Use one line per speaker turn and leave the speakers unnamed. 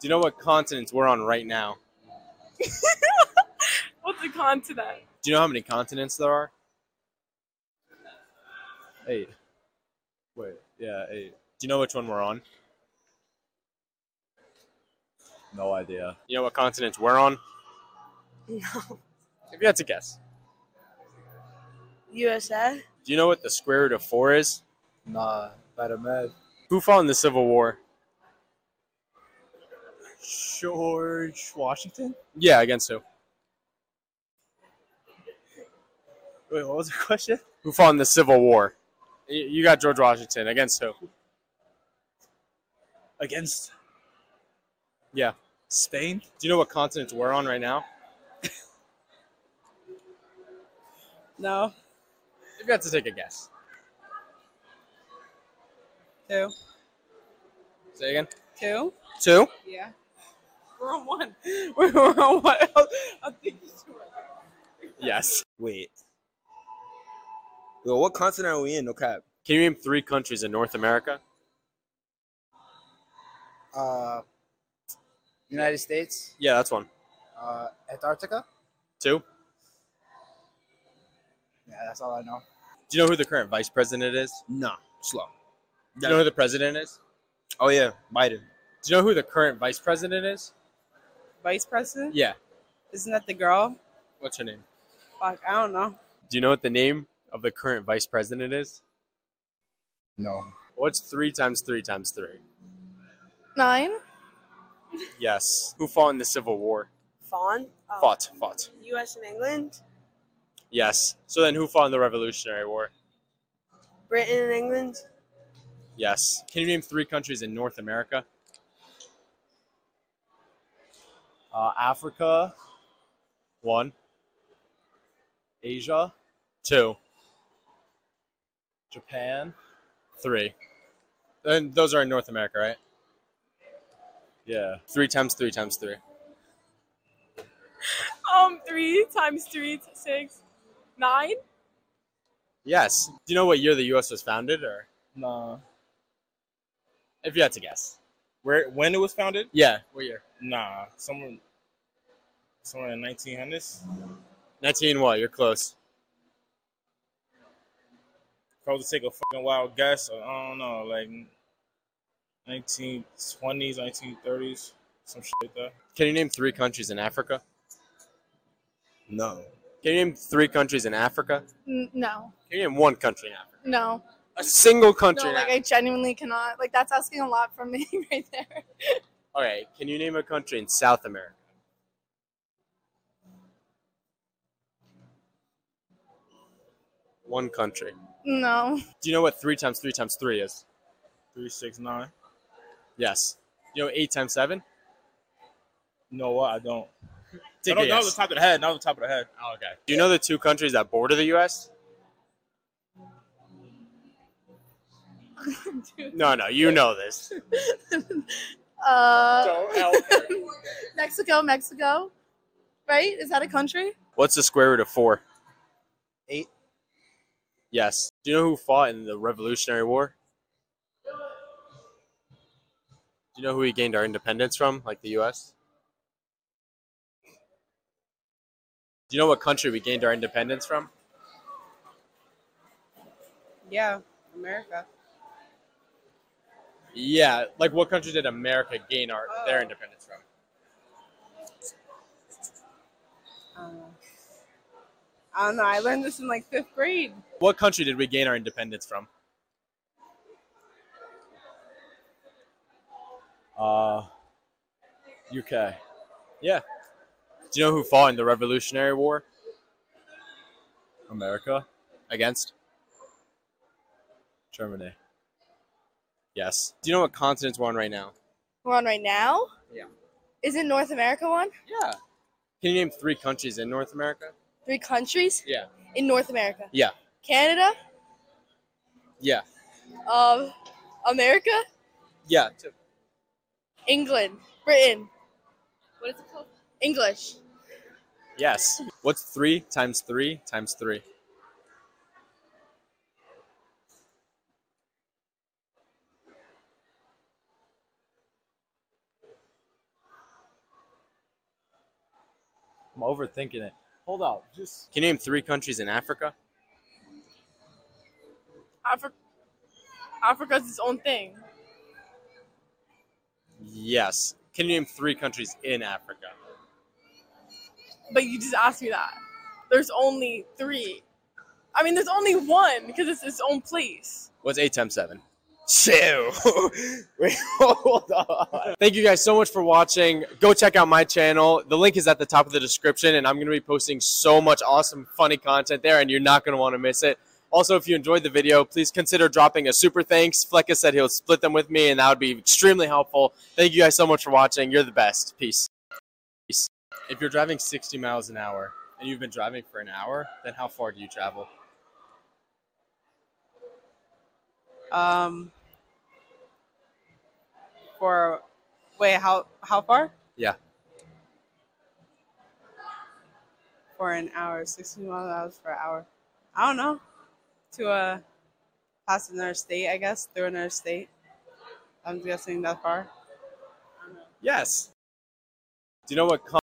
Do you know what continents we're on right now?
What's a continent?
Do you know how many continents there are? Eight. Wait, yeah, eight. Do you know which one we're on?
No idea.
You know what continents we're on?
No.
If you had to guess.
USA?
Do you know what the square root of four is?
Nah, better med.
Who fought in the Civil War?
George Washington?
Yeah, against who?
Wait, what was the question?
Who fought in the Civil War? Y- You got George Washington. Against who?
Against
Yeah.
Spain?
Do you know what continents we're on right now?
No.
If you had to take a guess.
Two.
Say again.
Two?
Two?
Yeah. We're on one. We're on one. I'm thinking two.
Yes.
Wait. Yo, what continent are we in? No cap.
Can you name three countries in North America?
Uh, United States,
Yeah, that's one.
uh, Antarctica.
Two?
Yeah, that's all I know.
Do you know who the current vice president is?
Nah, slow.
Do you know who the president is?
Oh yeah, Biden.
Do you know who the current vice president is?
Vice president?
Yeah.
Isn't that the girl?
What's her name?
Fuck, I don't know.
Do you know what the name of the current vice president is?
No.
What's three times three times three?
Nine.
Yes. Who fought in the Civil War?
Fawn? Uh,
Oh. Fought, fought.
US and England?
Yes. So then who fought in the Revolutionary War?
Britain and England?
Yes. Can you name three countries in North America?
Uh, Africa,
One,
Asia,
two,
Japan.
three. And those are in North America, right?
Yeah.
Three times three times three.
Um, three times three, t- six, nine?
Yes. Do you know what year the U.S. was founded, or
Nah.
if you had to guess?
Where when it was founded?
Yeah. What year?
Nah, somewhere somewhere in the 1900s.
19. What? You're close.
If I was to take a fucking wild guess, I don't know, like 1920s, 1930s, some shit like that.
Can you name three countries in Africa?
No.
Can you name three countries in Africa?
N- no.
Can you name one country in Africa?
No.
A single country.
No,
in
like I genuinely cannot. Like that's asking a lot from me right there.
Africa. All right. Can you name a country in South America? One country.
No.
Do you know what three times three times three is?
Three six nine.
Yes. Do you know eight times seven?
You know what? I don't.
Take
I
a
don't know off the
guess.
top of the head. Not off the top of the head.
Oh, okay. Do you know the two countries that border the U.S.?
Dude.
No, no, you know this.
Uh,
Don't help her.
Mexico, Mexico. Right? Is that a country?
What's the square root of four?
Eight.
Yes. Do you know who fought in the Revolutionary War? Do you know who we gained our independence from, like the U.S.? Do you know what country we gained our independence from?
Yeah, America.
Yeah, like what country did America gain our their
Oh.
independence from?
Um, I don't know. I learned this in like fifth grade.
What country did we gain our independence from?
Uh, UK.
Do you know who fought in the Revolutionary War
America.
against?
Germany.
Yes. Do you know what continents we're on right now?
We're on right now.
Yeah.
Is it North America one?
Yeah. Can you name three countries in North America?
Three countries
Yeah.
in North America.
Yeah.
Canada,
Yeah.
um, America,
Yeah.
England, Britain. What is it called? English.
Yes. What's three times three times three?
I'm overthinking it. Hold up. Just
Can you name three countries in Africa?
Africa. Africa's its own thing.
Yes. Can you name three countries in Africa?
But you just asked me that. There's only three. I mean, there's only one because it's its own place.
What's eight times seven? Two. Wait, hold on. Thank you guys so much for watching. Go check out my channel. The link is at the top of the description, and I'm going to be posting so much awesome, funny content there, and you're not going to want to miss it. Also, if you enjoyed the video, please consider dropping a super thanks. Flecka said he'll split them with me, and that would be extremely helpful. Thank you guys so much for watching. You're the best. Peace. Peace. If you're driving 60 miles an hour and you've been driving for an hour, then how far do you travel?
Um, for wait, how how far?
Yeah.
For an hour, sixteen miles per hour. I don't know. To uh, pass another state, I guess through another state. I'm guessing that far.
Yes. Do you know what?